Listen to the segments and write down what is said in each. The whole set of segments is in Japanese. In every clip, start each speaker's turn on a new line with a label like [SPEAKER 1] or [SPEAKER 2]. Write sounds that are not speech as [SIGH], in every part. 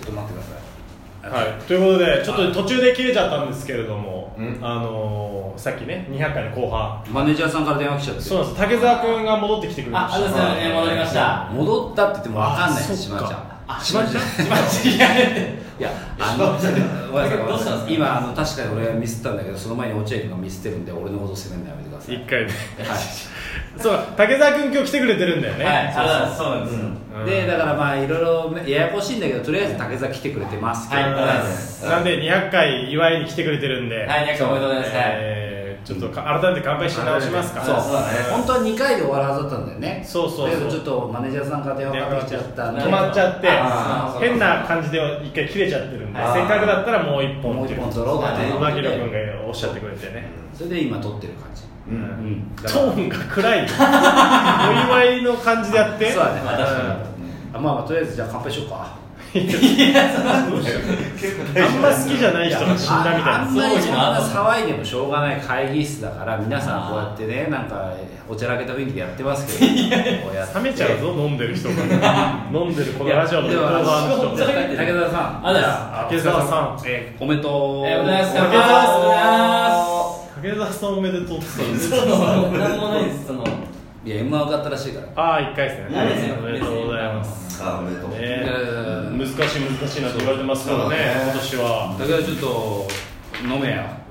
[SPEAKER 1] と待ってください
[SPEAKER 2] はい、ということでちょっと途中で切れちゃったんですけれども、
[SPEAKER 1] うん
[SPEAKER 2] あのー、さっきね200回の後半
[SPEAKER 3] マネージャーさんから電話来ちゃって
[SPEAKER 2] そうなんです竹澤君が戻ってきてくれま
[SPEAKER 4] あ、
[SPEAKER 2] し
[SPEAKER 4] あ
[SPEAKER 2] た
[SPEAKER 4] ざすよね、戻りました。
[SPEAKER 3] 戻ったって言っても分かんない
[SPEAKER 2] あ
[SPEAKER 3] しま
[SPEAKER 2] そっか
[SPEAKER 3] ちゃん
[SPEAKER 4] あ、
[SPEAKER 3] しまちゃん
[SPEAKER 4] しまちゃん、いやいやい
[SPEAKER 3] いやあのごめんなさいごめん
[SPEAKER 4] ど
[SPEAKER 3] な
[SPEAKER 4] うしたんです
[SPEAKER 3] さ
[SPEAKER 4] か
[SPEAKER 3] い今あの確かに俺はミスったんだけどその前に落合君がミスってるんで俺のこと責めるのやめてください
[SPEAKER 2] 1回ね
[SPEAKER 3] は
[SPEAKER 2] そう竹澤君今日来てくれてるんだよね、
[SPEAKER 4] やはい、あざす、そうなんですよ。
[SPEAKER 2] うん
[SPEAKER 3] い、でだからまあいろいろややこしいんだけどとりあえず竹澤来てくれてますけど、
[SPEAKER 4] はい、あざす。
[SPEAKER 2] なんで200回祝いに来てくれてるんで、
[SPEAKER 4] はい、200回おめでとうございます。はい
[SPEAKER 2] えーちょっとか改めて乾杯し直しますか
[SPEAKER 3] そう
[SPEAKER 4] そうだね
[SPEAKER 3] 本当は2回で終わるはずだったんだよね
[SPEAKER 2] そうそうそう
[SPEAKER 3] だけどちょっとマネージャーさんから電話かかってきちゃったんで
[SPEAKER 2] 止まっちゃ
[SPEAKER 3] あ
[SPEAKER 2] って変な感じでは一回切れちゃってるんで
[SPEAKER 3] あー
[SPEAKER 2] せっかくだったらもう一
[SPEAKER 3] も
[SPEAKER 2] 本
[SPEAKER 3] う
[SPEAKER 2] ってい
[SPEAKER 3] 一
[SPEAKER 2] う
[SPEAKER 3] 本取ろうかね
[SPEAKER 2] 牧野君がおっしゃってくれてね、
[SPEAKER 3] それで今撮ってる感じ
[SPEAKER 1] うん
[SPEAKER 2] う
[SPEAKER 3] うんん
[SPEAKER 2] トーンが暗いよお祝いの感じでやって
[SPEAKER 3] そうだね
[SPEAKER 4] まあ確か
[SPEAKER 3] あまあまあとりあえずじゃあ乾杯しようか
[SPEAKER 2] うんあんま好きじゃない人が死んだみたい
[SPEAKER 3] あ
[SPEAKER 2] な
[SPEAKER 3] あんまりそんな
[SPEAKER 4] そう
[SPEAKER 3] 騒いでもしょうがない会議室だから皆さんこうやってねなんかおちゃらけた雰囲気でやってますけどこうやって
[SPEAKER 2] 冷めちゃうぞ飲んでる人が飲んでるこのラジオの後半の人
[SPEAKER 3] じゃあ
[SPEAKER 2] が
[SPEAKER 3] 武田さん
[SPEAKER 4] ありがとうございます
[SPEAKER 2] 竹澤さん
[SPEAKER 3] えーおめでとう
[SPEAKER 4] えーおめでとうございます。
[SPEAKER 2] おめでとうございます
[SPEAKER 4] お
[SPEAKER 2] 竹澤さんおめでとうって言ってた
[SPEAKER 4] めでとうございます。そう、なんもないです、その。
[SPEAKER 3] いや M は受かったらしいから
[SPEAKER 2] ああ一回ですね
[SPEAKER 4] ないですよ
[SPEAKER 2] おめでとうございます
[SPEAKER 1] あおめでとう、
[SPEAKER 2] ね
[SPEAKER 3] うん
[SPEAKER 2] 難しい難しいなって言われてますから
[SPEAKER 1] そうだ
[SPEAKER 2] ね
[SPEAKER 1] ね
[SPEAKER 2] 今年は
[SPEAKER 3] 武田ちょっと飲めや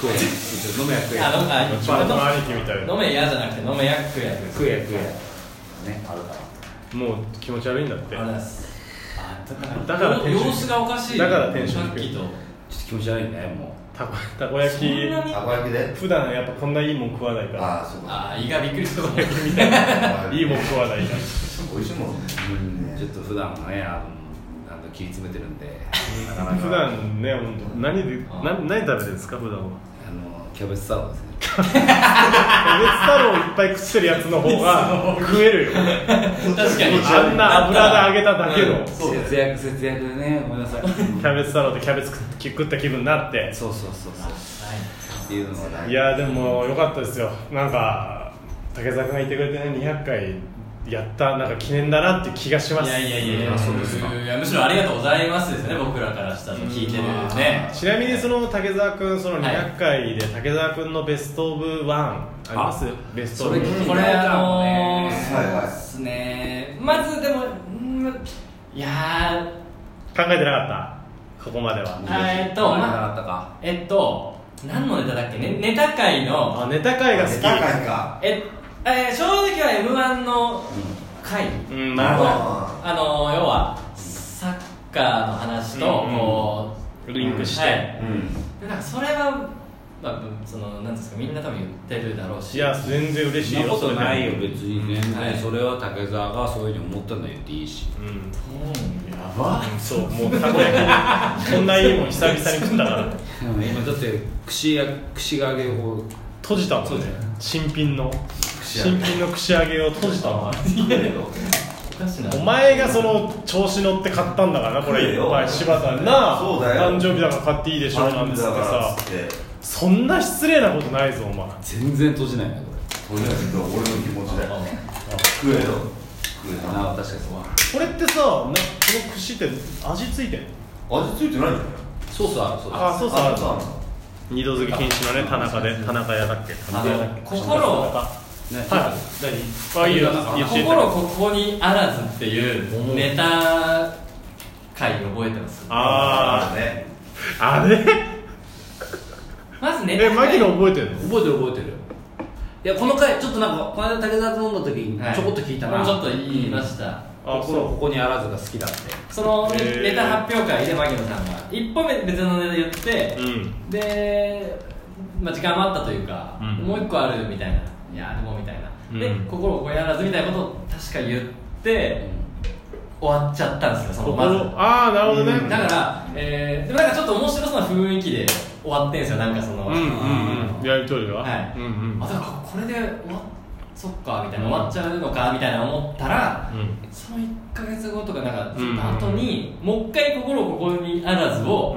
[SPEAKER 3] 食えちょっと飲めや食え
[SPEAKER 4] あ、なんか、
[SPEAKER 2] 一番の兄貴みたいな
[SPEAKER 4] 飲めやじゃなくて、飲めやっくやです。
[SPEAKER 3] 食え食えねあるから
[SPEAKER 2] もう気持ち悪いんだって
[SPEAKER 4] ありがとうございます。あ
[SPEAKER 2] だからテン
[SPEAKER 4] 様
[SPEAKER 2] ション低い
[SPEAKER 4] 子がおかしい。
[SPEAKER 2] だからテンション
[SPEAKER 4] さっ
[SPEAKER 2] 低い
[SPEAKER 4] きと。
[SPEAKER 3] ちょっと気持ち悪いねも
[SPEAKER 2] たこたこ焼
[SPEAKER 4] そんな
[SPEAKER 2] き
[SPEAKER 4] に
[SPEAKER 1] たこ焼きで
[SPEAKER 2] 普段やっぱこんないいもん食わないか
[SPEAKER 1] ああそうか
[SPEAKER 4] あ、胃がびっくりしたことみたいな。
[SPEAKER 1] た
[SPEAKER 2] ら
[SPEAKER 1] こ
[SPEAKER 2] いい
[SPEAKER 1] 焼き
[SPEAKER 2] もん食わないから
[SPEAKER 1] 美味しいもんね
[SPEAKER 3] う、ちょっと普段はねあのあの切り詰めてるん
[SPEAKER 2] [LAUGHS]
[SPEAKER 3] でなかなか
[SPEAKER 2] 普段ね本当何で
[SPEAKER 4] あ
[SPEAKER 2] な何食べてるんですか普段は
[SPEAKER 3] あのキャベツサラダですね
[SPEAKER 2] 別太郎いっぱい食ってるやつの方が食えるよ
[SPEAKER 4] 確かに。
[SPEAKER 2] あんな油で揚げただけの
[SPEAKER 4] そう
[SPEAKER 3] 節約節約でねごめんなさい
[SPEAKER 2] キャベツ太郎でキャベツ食食った気分になって
[SPEAKER 3] そうそうそうそうっていうのがね
[SPEAKER 2] いやでも良かったですよなんか竹澤君がいてくれてね200回やったなんか記念だなって気がします
[SPEAKER 4] いやいやいやいや
[SPEAKER 3] あそうですか
[SPEAKER 4] いやむしろありがとうございますですね僕らからしたら聞いてるね
[SPEAKER 2] ちなみにその竹澤君その200回で竹澤君のベストオブワンありますベストオブ
[SPEAKER 3] それ聞いて
[SPEAKER 4] これあのー
[SPEAKER 1] はいはい
[SPEAKER 4] そうですねまずでもうんいや
[SPEAKER 2] 考えてなかったここまでは
[SPEAKER 4] えっと
[SPEAKER 3] あれなかったか
[SPEAKER 4] ーえっと何のネタだっけねネタ界の
[SPEAKER 2] あネタ会が好き
[SPEAKER 1] 高いか
[SPEAKER 4] ええー正直は m 1の回
[SPEAKER 2] うん
[SPEAKER 4] あ
[SPEAKER 2] まあ
[SPEAKER 4] の
[SPEAKER 2] ね
[SPEAKER 1] あ
[SPEAKER 4] あのー要はサッカーの話と
[SPEAKER 2] うん
[SPEAKER 4] こ
[SPEAKER 2] リンク
[SPEAKER 4] う
[SPEAKER 2] し
[SPEAKER 4] は
[SPEAKER 2] て、
[SPEAKER 4] い
[SPEAKER 1] うん
[SPEAKER 4] でなんかそれはまあぶそのなんですかみんな多分言ってるだろうし
[SPEAKER 2] いや全然嬉し
[SPEAKER 3] そん
[SPEAKER 2] い
[SPEAKER 3] な
[SPEAKER 2] よ
[SPEAKER 3] こ
[SPEAKER 2] そ
[SPEAKER 3] と
[SPEAKER 2] れでも
[SPEAKER 3] ないよ別に全然、
[SPEAKER 4] はい
[SPEAKER 3] それは竹澤がそういうふうに思ったんだよっていいし
[SPEAKER 2] うん
[SPEAKER 4] うん
[SPEAKER 2] やばそうもうたこ焼きこんないいもん久々に食ったから
[SPEAKER 3] でも今だって串や串が揚げを
[SPEAKER 2] 閉じたもんね新品の
[SPEAKER 1] 串揚
[SPEAKER 2] 新
[SPEAKER 1] げ
[SPEAKER 2] 品の串揚げを閉じたもん
[SPEAKER 4] おかしな
[SPEAKER 2] お前がその調子乗って買ったんだからなこれいっぱい柴田にな
[SPEAKER 1] そうだよ
[SPEAKER 2] 誕生日だから買っていいでしょなんつって
[SPEAKER 1] だから
[SPEAKER 2] さ
[SPEAKER 1] っつって
[SPEAKER 2] そんな失礼なことないぞお前
[SPEAKER 3] 全然閉じないねこ
[SPEAKER 1] とりあえず俺の気持ちで
[SPEAKER 4] あ
[SPEAKER 1] 食えよ食え
[SPEAKER 3] れ
[SPEAKER 1] た
[SPEAKER 3] な確かにそう
[SPEAKER 2] これってさなこの串って味付いてんの
[SPEAKER 1] 味ついてないんじゃない
[SPEAKER 3] ソースあるソース
[SPEAKER 2] あそうそうある
[SPEAKER 1] そう
[SPEAKER 2] 二度漬け禁止のね田中で田中屋だっけ田中屋だっけ
[SPEAKER 4] 心を
[SPEAKER 3] ね
[SPEAKER 2] はいあいいよ言って
[SPEAKER 4] 心ここにあらずっていうネタ回覚えてます
[SPEAKER 2] あ
[SPEAKER 1] あね
[SPEAKER 2] ーあれ
[SPEAKER 4] まずネタ
[SPEAKER 2] えマ
[SPEAKER 4] 回
[SPEAKER 2] キの覚えてるの
[SPEAKER 3] 覚えてる覚えてるいやこの回ちょっとなんかこの間竹澤と飲んだ時
[SPEAKER 4] はい
[SPEAKER 3] にちょこっと聞いたな、
[SPEAKER 4] ちょっと言いました
[SPEAKER 2] あ
[SPEAKER 3] 心
[SPEAKER 2] そ
[SPEAKER 3] ここにあらずが好きだって
[SPEAKER 4] その
[SPEAKER 2] へー
[SPEAKER 4] ネタ発表会で牧野さんが一本目別のネタ言って
[SPEAKER 2] ううん
[SPEAKER 4] で、まあ、時間余ったというか、
[SPEAKER 2] うん
[SPEAKER 4] もう一個あるみたいないやでもみたいな、
[SPEAKER 2] うん
[SPEAKER 4] で心をここにあらずみたいなことを確か言って終わっちゃったんですよその
[SPEAKER 2] 心
[SPEAKER 4] まず
[SPEAKER 2] ああなるほどね
[SPEAKER 4] だから、えー、でもなんかちょっと面白そうな雰囲気で終わってんすよ、なんかその、
[SPEAKER 2] うんうんうんやりとりは
[SPEAKER 4] はい
[SPEAKER 2] うんうん
[SPEAKER 4] あだからこれで終わっそっかみたいな、終わっちゃうのかみたいな思ったら、
[SPEAKER 2] うん
[SPEAKER 4] その1か月後とか、なんか、ちょっと後に、もう一回、心ここにあらずを、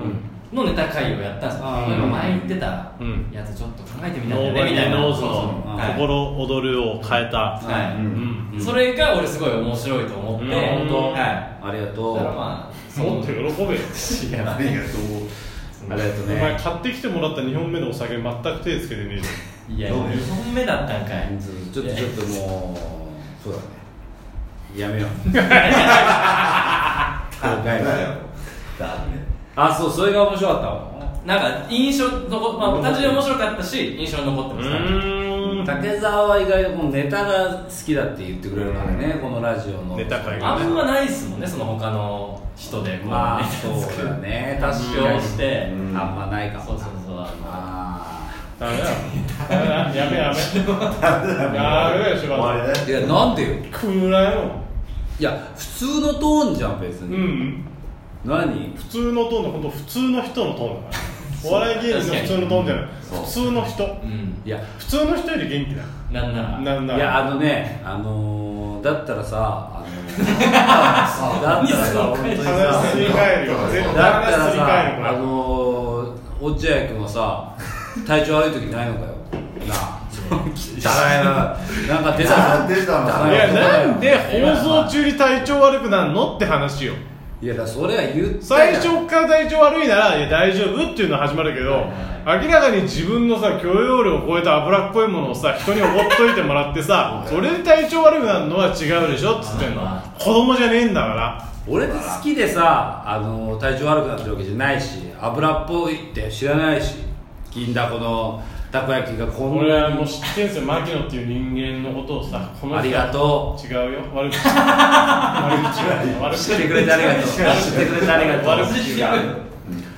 [SPEAKER 4] のネタ会をやったんですよ、
[SPEAKER 3] あー
[SPEAKER 4] 例えば前言ってた
[SPEAKER 2] うん
[SPEAKER 4] やつ、ちょっと考えてみた
[SPEAKER 2] ノ
[SPEAKER 4] ん
[SPEAKER 2] ー
[SPEAKER 4] だ
[SPEAKER 2] バ
[SPEAKER 4] よね
[SPEAKER 2] デ
[SPEAKER 4] みた
[SPEAKER 2] ィ
[SPEAKER 4] いな、
[SPEAKER 2] ノーズ
[SPEAKER 4] そう
[SPEAKER 2] の
[SPEAKER 4] そうはい
[SPEAKER 2] 心躍るを変えた
[SPEAKER 4] はい
[SPEAKER 1] うん
[SPEAKER 2] うん
[SPEAKER 4] それが俺、すごい面白いと思って、
[SPEAKER 2] うん
[SPEAKER 3] 本当
[SPEAKER 4] はい
[SPEAKER 3] ありがと
[SPEAKER 4] だ
[SPEAKER 3] う
[SPEAKER 4] からまあ、
[SPEAKER 2] もっ [LAUGHS] と喜べよ
[SPEAKER 3] いや
[SPEAKER 1] ありがと
[SPEAKER 3] ありがとう
[SPEAKER 2] お前
[SPEAKER 3] ね
[SPEAKER 2] 買ってきてもらった2本目のお酒全く手つけてねえじ
[SPEAKER 4] いや
[SPEAKER 1] どうね
[SPEAKER 4] 2本目だったんかい
[SPEAKER 3] ちょっとちょっともうそうだねや
[SPEAKER 4] [LAUGHS]
[SPEAKER 3] めよう
[SPEAKER 1] う。
[SPEAKER 3] だよ
[SPEAKER 1] だね。
[SPEAKER 3] あそうそれが面白かったわ
[SPEAKER 4] なんか印象のこ、まあ、単純に面白かったし印象に残って
[SPEAKER 2] ゃん
[SPEAKER 4] ま
[SPEAKER 2] う
[SPEAKER 4] す
[SPEAKER 2] ーん
[SPEAKER 3] 竹澤は意外とこのネタが好きだって言ってくれるからね、このラジオの
[SPEAKER 2] ネタ会
[SPEAKER 4] あんまないですもんねその他の人でこう、
[SPEAKER 3] まあ
[SPEAKER 4] ネ [LAUGHS] タ
[SPEAKER 3] そう
[SPEAKER 4] 作る
[SPEAKER 3] だね
[SPEAKER 4] 発
[SPEAKER 3] 確か
[SPEAKER 4] 表
[SPEAKER 3] に
[SPEAKER 4] して
[SPEAKER 3] うんあんまないかも
[SPEAKER 4] そうそうそう
[SPEAKER 3] あ
[SPEAKER 2] ダメだダメだやめやめやめよ柴
[SPEAKER 1] 終わり
[SPEAKER 2] 田
[SPEAKER 1] だ
[SPEAKER 3] あ
[SPEAKER 1] よ
[SPEAKER 3] いやなんでよ
[SPEAKER 2] くらよ
[SPEAKER 3] いや普通のトーンじゃん別
[SPEAKER 2] う
[SPEAKER 3] に、
[SPEAKER 2] ん
[SPEAKER 3] 何
[SPEAKER 2] 普通のトーンの本当普通の人のトーンだからお笑い芸人の普通のトーンじゃない
[SPEAKER 1] そう
[SPEAKER 2] 普通の人
[SPEAKER 4] うん
[SPEAKER 3] いや
[SPEAKER 2] 普通の人より元気だ
[SPEAKER 4] なんなら
[SPEAKER 2] なんない
[SPEAKER 3] や
[SPEAKER 2] ら
[SPEAKER 3] あのねあのー、だったらさあ
[SPEAKER 2] [LAUGHS]
[SPEAKER 3] のー、だったらさ本当にさ
[SPEAKER 2] 話すり替えるよ
[SPEAKER 3] だ
[SPEAKER 2] 絶対
[SPEAKER 3] ったら
[SPEAKER 2] 話すり替える
[SPEAKER 3] さあ
[SPEAKER 2] から
[SPEAKER 3] のー、落合君はさ体調悪い時ないのかよ [LAUGHS] なあ汚いななん [LAUGHS] か出た
[SPEAKER 1] なんでだろう
[SPEAKER 3] 汚
[SPEAKER 2] いや
[SPEAKER 3] 言葉よ
[SPEAKER 2] なんで放送中に体調悪くなるのって話よ
[SPEAKER 3] いやだからそれは言った
[SPEAKER 2] 最
[SPEAKER 3] じゃん
[SPEAKER 2] 初から体調悪いならいや大丈夫っていうのは始まるけど明らかに自分のさ許容量を超えた脂っこいものをさ人におごっといてもらってさそれで体調悪くなるのは違うでしょっつってんの
[SPEAKER 4] ま
[SPEAKER 2] 子供じゃねえんだから
[SPEAKER 3] 俺好きでさあの体調悪くなってるわけじゃないし油っぽいって知らないし銀だこのたこ焼きがこん
[SPEAKER 2] 俺
[SPEAKER 3] な
[SPEAKER 2] はもう
[SPEAKER 3] に
[SPEAKER 2] 知ってんすよ牧野っていう人間のことをさこの人
[SPEAKER 3] ありがと
[SPEAKER 2] 違うよ
[SPEAKER 3] [LAUGHS]
[SPEAKER 2] 悪口悪口言う悪 [LAUGHS]
[SPEAKER 3] う
[SPEAKER 2] 口
[SPEAKER 3] 知ってくれてありがとう知ってくれてありがとう
[SPEAKER 2] 悪
[SPEAKER 3] 悪
[SPEAKER 2] 口
[SPEAKER 3] 口
[SPEAKER 2] 言う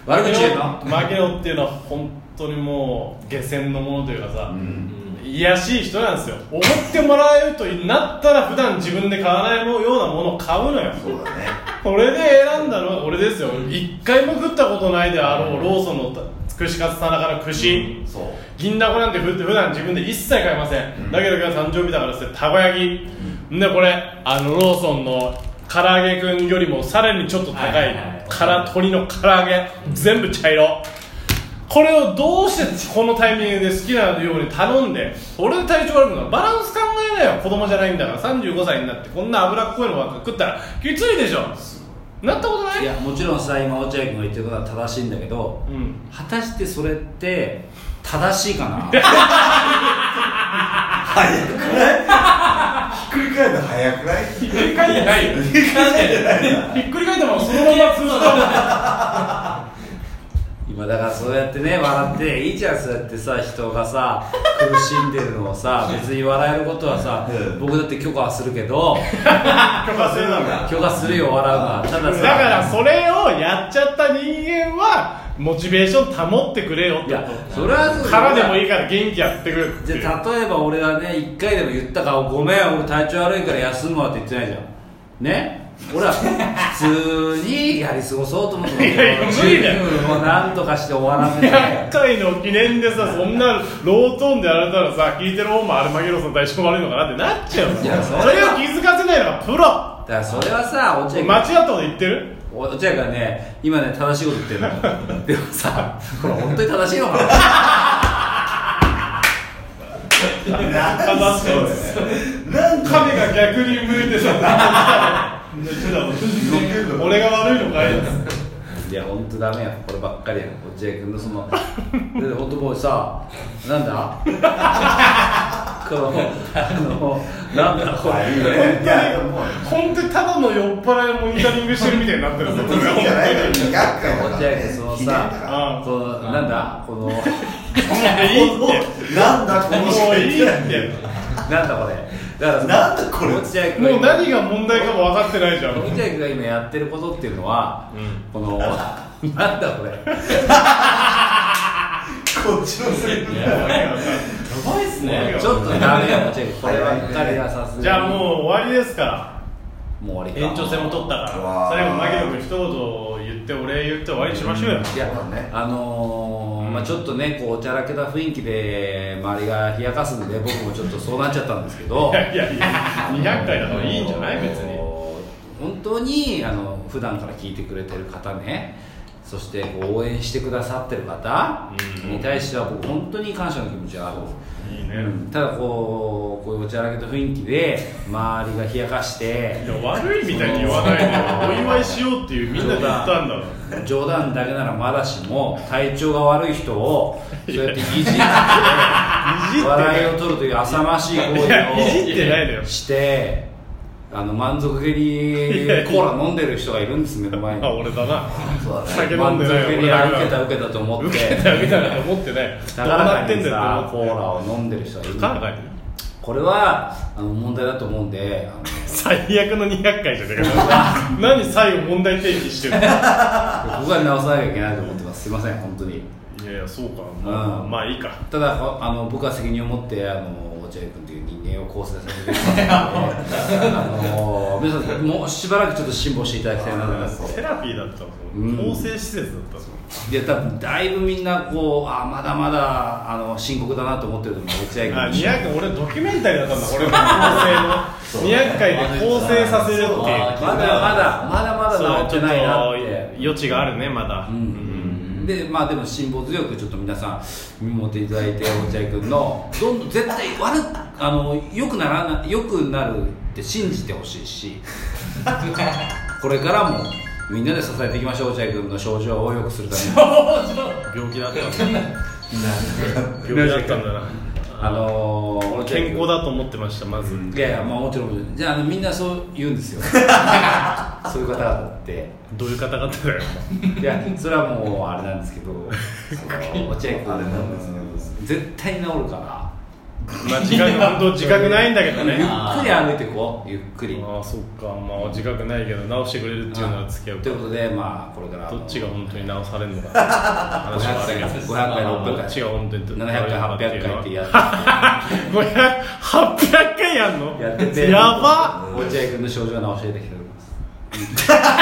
[SPEAKER 3] 言うの
[SPEAKER 2] 牧野っていうのは本当にもう下船のものというかさ、
[SPEAKER 4] うん
[SPEAKER 2] いやしい人なんですよおごってもらえるとなったら普段自分で買わないようなものを買うのよ
[SPEAKER 1] そうだね。
[SPEAKER 2] これで選んだのは俺ですよ一回も食ったことないであろうローソンの串カツ田中の串
[SPEAKER 1] そう。
[SPEAKER 2] 銀だこなんてふ普段自分で一切買いません、だけど今日誕生日だからっつってたこ焼き、でこれあのローソンの唐揚げくんよりもさらにちょっと高
[SPEAKER 4] はいいはいはい
[SPEAKER 2] から鶏の唐揚げ全部茶色これをどうしてこのタイミングで好きなように頼んで俺で体調悪くなるバランス考えなよ子供じゃないんだから35歳になってこんな脂っこいのばっか食ったらきついでしょなったことない
[SPEAKER 3] いやもちろんさ今落合君が言ってることは正しいんだけど
[SPEAKER 2] うん
[SPEAKER 3] 果たしてそれって正しいかな
[SPEAKER 2] [LAUGHS]
[SPEAKER 1] 早くないひっくり返るの早くない
[SPEAKER 2] ひっくり返ってないよひっくり返ったままそのまま通じたもん
[SPEAKER 3] 今だからそうやってね笑っていいじゃんそうやってさ人がさ苦しんでるのをさ別に笑えることはさ
[SPEAKER 1] うん
[SPEAKER 3] 僕だって許可はするけど
[SPEAKER 2] 許可するのが
[SPEAKER 3] 許可するよ笑うのはただ
[SPEAKER 2] だ
[SPEAKER 3] さ
[SPEAKER 2] からそれをやっちゃった人間はモチベーション保ってくれよっ
[SPEAKER 3] い
[SPEAKER 2] て
[SPEAKER 3] や
[SPEAKER 2] こ
[SPEAKER 3] それは
[SPEAKER 2] とからでもい
[SPEAKER 3] い
[SPEAKER 2] いから元気やってくれって
[SPEAKER 3] じゃあ例えば俺はね一回でも言ったからごめん俺体調悪いから休むわって言ってないじゃんね俺は普通にやり過ごそうと思って
[SPEAKER 2] いやいや無理だよ
[SPEAKER 3] 10分を何とかして終わらせて
[SPEAKER 2] 100回の記念でさそんなロートーンでやられたらさ聞いてる方もアルマゲロさん大将悪いのかなってなっちゃうの
[SPEAKER 3] いや
[SPEAKER 2] そ
[SPEAKER 3] そう
[SPEAKER 2] れを気づかせないのがプロ
[SPEAKER 3] だからそれはさ落合君
[SPEAKER 2] 間違ったこと言ってる
[SPEAKER 3] お落合がね今ね正しいこと言ってるのでもさこれ本当に正しいのかな
[SPEAKER 2] 正しいです
[SPEAKER 1] なんか
[SPEAKER 2] 亀が逆に向いてさ俺が悪いのかい
[SPEAKER 3] いや本当ダメやこればっかりや落合君のその [LAUGHS] だってホットボーイさなんだ [LAUGHS] このあのなんだこれ
[SPEAKER 1] いいね。いや、もう、
[SPEAKER 2] 本当にただの酔っ払いをモニタリングしてるみたいになってるぞ
[SPEAKER 1] いいんじゃないの200回
[SPEAKER 3] 落合君そのさ
[SPEAKER 2] あ
[SPEAKER 3] そのなんだこの
[SPEAKER 2] もういいって
[SPEAKER 1] なんだこの
[SPEAKER 2] もういいって
[SPEAKER 3] なんだこれだからその
[SPEAKER 1] なんだこれ
[SPEAKER 3] 落合君が
[SPEAKER 2] もう何が問題かも分かってないじゃん
[SPEAKER 3] 落合君が今やってることっていうのは、
[SPEAKER 2] ん
[SPEAKER 3] このなんだこれ
[SPEAKER 1] こっちのセリフだよ
[SPEAKER 4] やばいっすね
[SPEAKER 3] ちょっとダメよ落合君こればっかりはさすがに
[SPEAKER 2] じゃあもう終わりですから
[SPEAKER 3] もう終わりか
[SPEAKER 2] 延長戦も取ったか
[SPEAKER 1] う
[SPEAKER 2] ら
[SPEAKER 1] わー
[SPEAKER 2] 最後牧野君一言言ってお礼言って終わりにしましょう
[SPEAKER 3] い
[SPEAKER 2] よ
[SPEAKER 3] や
[SPEAKER 1] そうだね
[SPEAKER 3] あのーまあ、ちょっとねこうおちゃらけた雰囲気で周りが冷やかすんで僕もちょっとそうなっちゃったんですけど
[SPEAKER 2] [LAUGHS] いやいやいや200回だからいいんじゃない別
[SPEAKER 3] あ
[SPEAKER 2] に
[SPEAKER 3] のー本当にあの普段から聞いてくれてる方ねそしてこう応援してくださってる方に対しては僕本当に感謝の気持ちがある
[SPEAKER 2] いいね、
[SPEAKER 3] うんただこうこういうおちゃらけた雰囲気で周りが冷やかして
[SPEAKER 2] いや悪いみたいに言わないでお祝いしようっていうみんなで言ったんだろ
[SPEAKER 3] 冗談だけならまだしも体調が悪い人をそうやっていじって
[SPEAKER 2] いじってない
[SPEAKER 3] 笑いを取るという浅ましい行
[SPEAKER 2] いやいじ
[SPEAKER 3] 為
[SPEAKER 2] ってないだよ
[SPEAKER 3] をしてあの満足げにコーラ飲んでる人がいるんです目の前に
[SPEAKER 2] あ俺だな酒飲ん
[SPEAKER 3] 満
[SPEAKER 2] で
[SPEAKER 3] 足
[SPEAKER 2] な
[SPEAKER 3] げ
[SPEAKER 2] い俺
[SPEAKER 3] に
[SPEAKER 2] だ
[SPEAKER 3] あ受
[SPEAKER 2] けだ
[SPEAKER 3] けた受けたと思っ
[SPEAKER 2] 受
[SPEAKER 3] て
[SPEAKER 2] けた受けたなんて思ってない
[SPEAKER 3] な
[SPEAKER 2] どう
[SPEAKER 3] か
[SPEAKER 2] なってん
[SPEAKER 3] に
[SPEAKER 2] だよ
[SPEAKER 3] さ
[SPEAKER 2] って
[SPEAKER 3] コー
[SPEAKER 2] 思って
[SPEAKER 3] ラを飲んでる人がいる
[SPEAKER 2] 高らかに
[SPEAKER 3] これはあの問題だと思うんであの
[SPEAKER 2] 最悪の200回じゃねえか何最後問題提起してるのい
[SPEAKER 3] 僕は直さなきゃいけないと思ってますすいません本当に
[SPEAKER 2] やいやそうかまあ
[SPEAKER 3] うん
[SPEAKER 2] まあいいか
[SPEAKER 3] ただこあの僕は責任を持ってあの落合君という人間を構成させていた [LAUGHS] だきますのであの皆さんもうしばらくちょっと辛抱していただきたいなと思います
[SPEAKER 2] セラピーだったの
[SPEAKER 3] うん
[SPEAKER 2] 更生施設だったの
[SPEAKER 3] で多分だいぶみんなこうあまだまだあの深刻だなと思ってると思う落合君
[SPEAKER 2] あ
[SPEAKER 3] も一緒に
[SPEAKER 2] 200俺ドキュメンタリーだったんだ俺の構成の200回で構成させるっていう
[SPEAKER 4] そう
[SPEAKER 3] まだまだまだまだ治ってないなって
[SPEAKER 2] 余地があるねまだ、
[SPEAKER 3] うんでまあでも辛抱強くちょっと皆さん見守っていただいて落合君のどんどん絶対悪くあの良くならな良くなるって信じてほしいしこれからもみんなで支えていきましょう落合君の症状を良くするために
[SPEAKER 2] 病気だったんだ
[SPEAKER 3] ん
[SPEAKER 2] 病気だったんだな
[SPEAKER 3] あのー、落合
[SPEAKER 2] 健
[SPEAKER 3] 君
[SPEAKER 2] 康だと思ってましたまず、
[SPEAKER 3] いやいやまあもちろんもちろんじゃああのみんなそう言うん
[SPEAKER 2] [LAUGHS]
[SPEAKER 3] ですよそういう方々って
[SPEAKER 2] どういう方々だよ
[SPEAKER 3] いやそれはもうあれなんですけ
[SPEAKER 2] [LAUGHS]
[SPEAKER 3] どその落合君
[SPEAKER 1] あれなんです
[SPEAKER 3] 絶対治るから
[SPEAKER 2] まあ自覚本当自覚ないんだけど
[SPEAKER 3] ゆっ
[SPEAKER 2] ね
[SPEAKER 4] あ
[SPEAKER 3] くり歩いてこうゆっくり
[SPEAKER 2] ああそっかまあ自覚ないけど直してくれるっていうのは付き合う
[SPEAKER 3] と
[SPEAKER 2] か
[SPEAKER 3] いうことでまあこれから
[SPEAKER 2] どっちが本当に直されるのか話は
[SPEAKER 3] 500
[SPEAKER 2] ある
[SPEAKER 3] 回
[SPEAKER 2] けど
[SPEAKER 3] 500回
[SPEAKER 2] ど
[SPEAKER 3] 600
[SPEAKER 2] っち
[SPEAKER 3] 回
[SPEAKER 2] が本当に
[SPEAKER 3] 700回800回
[SPEAKER 2] [LAUGHS]
[SPEAKER 3] ってやって
[SPEAKER 2] 500 800回やんの
[SPEAKER 3] やってて
[SPEAKER 2] やば
[SPEAKER 3] 落合君の症状は治していただきたいと思います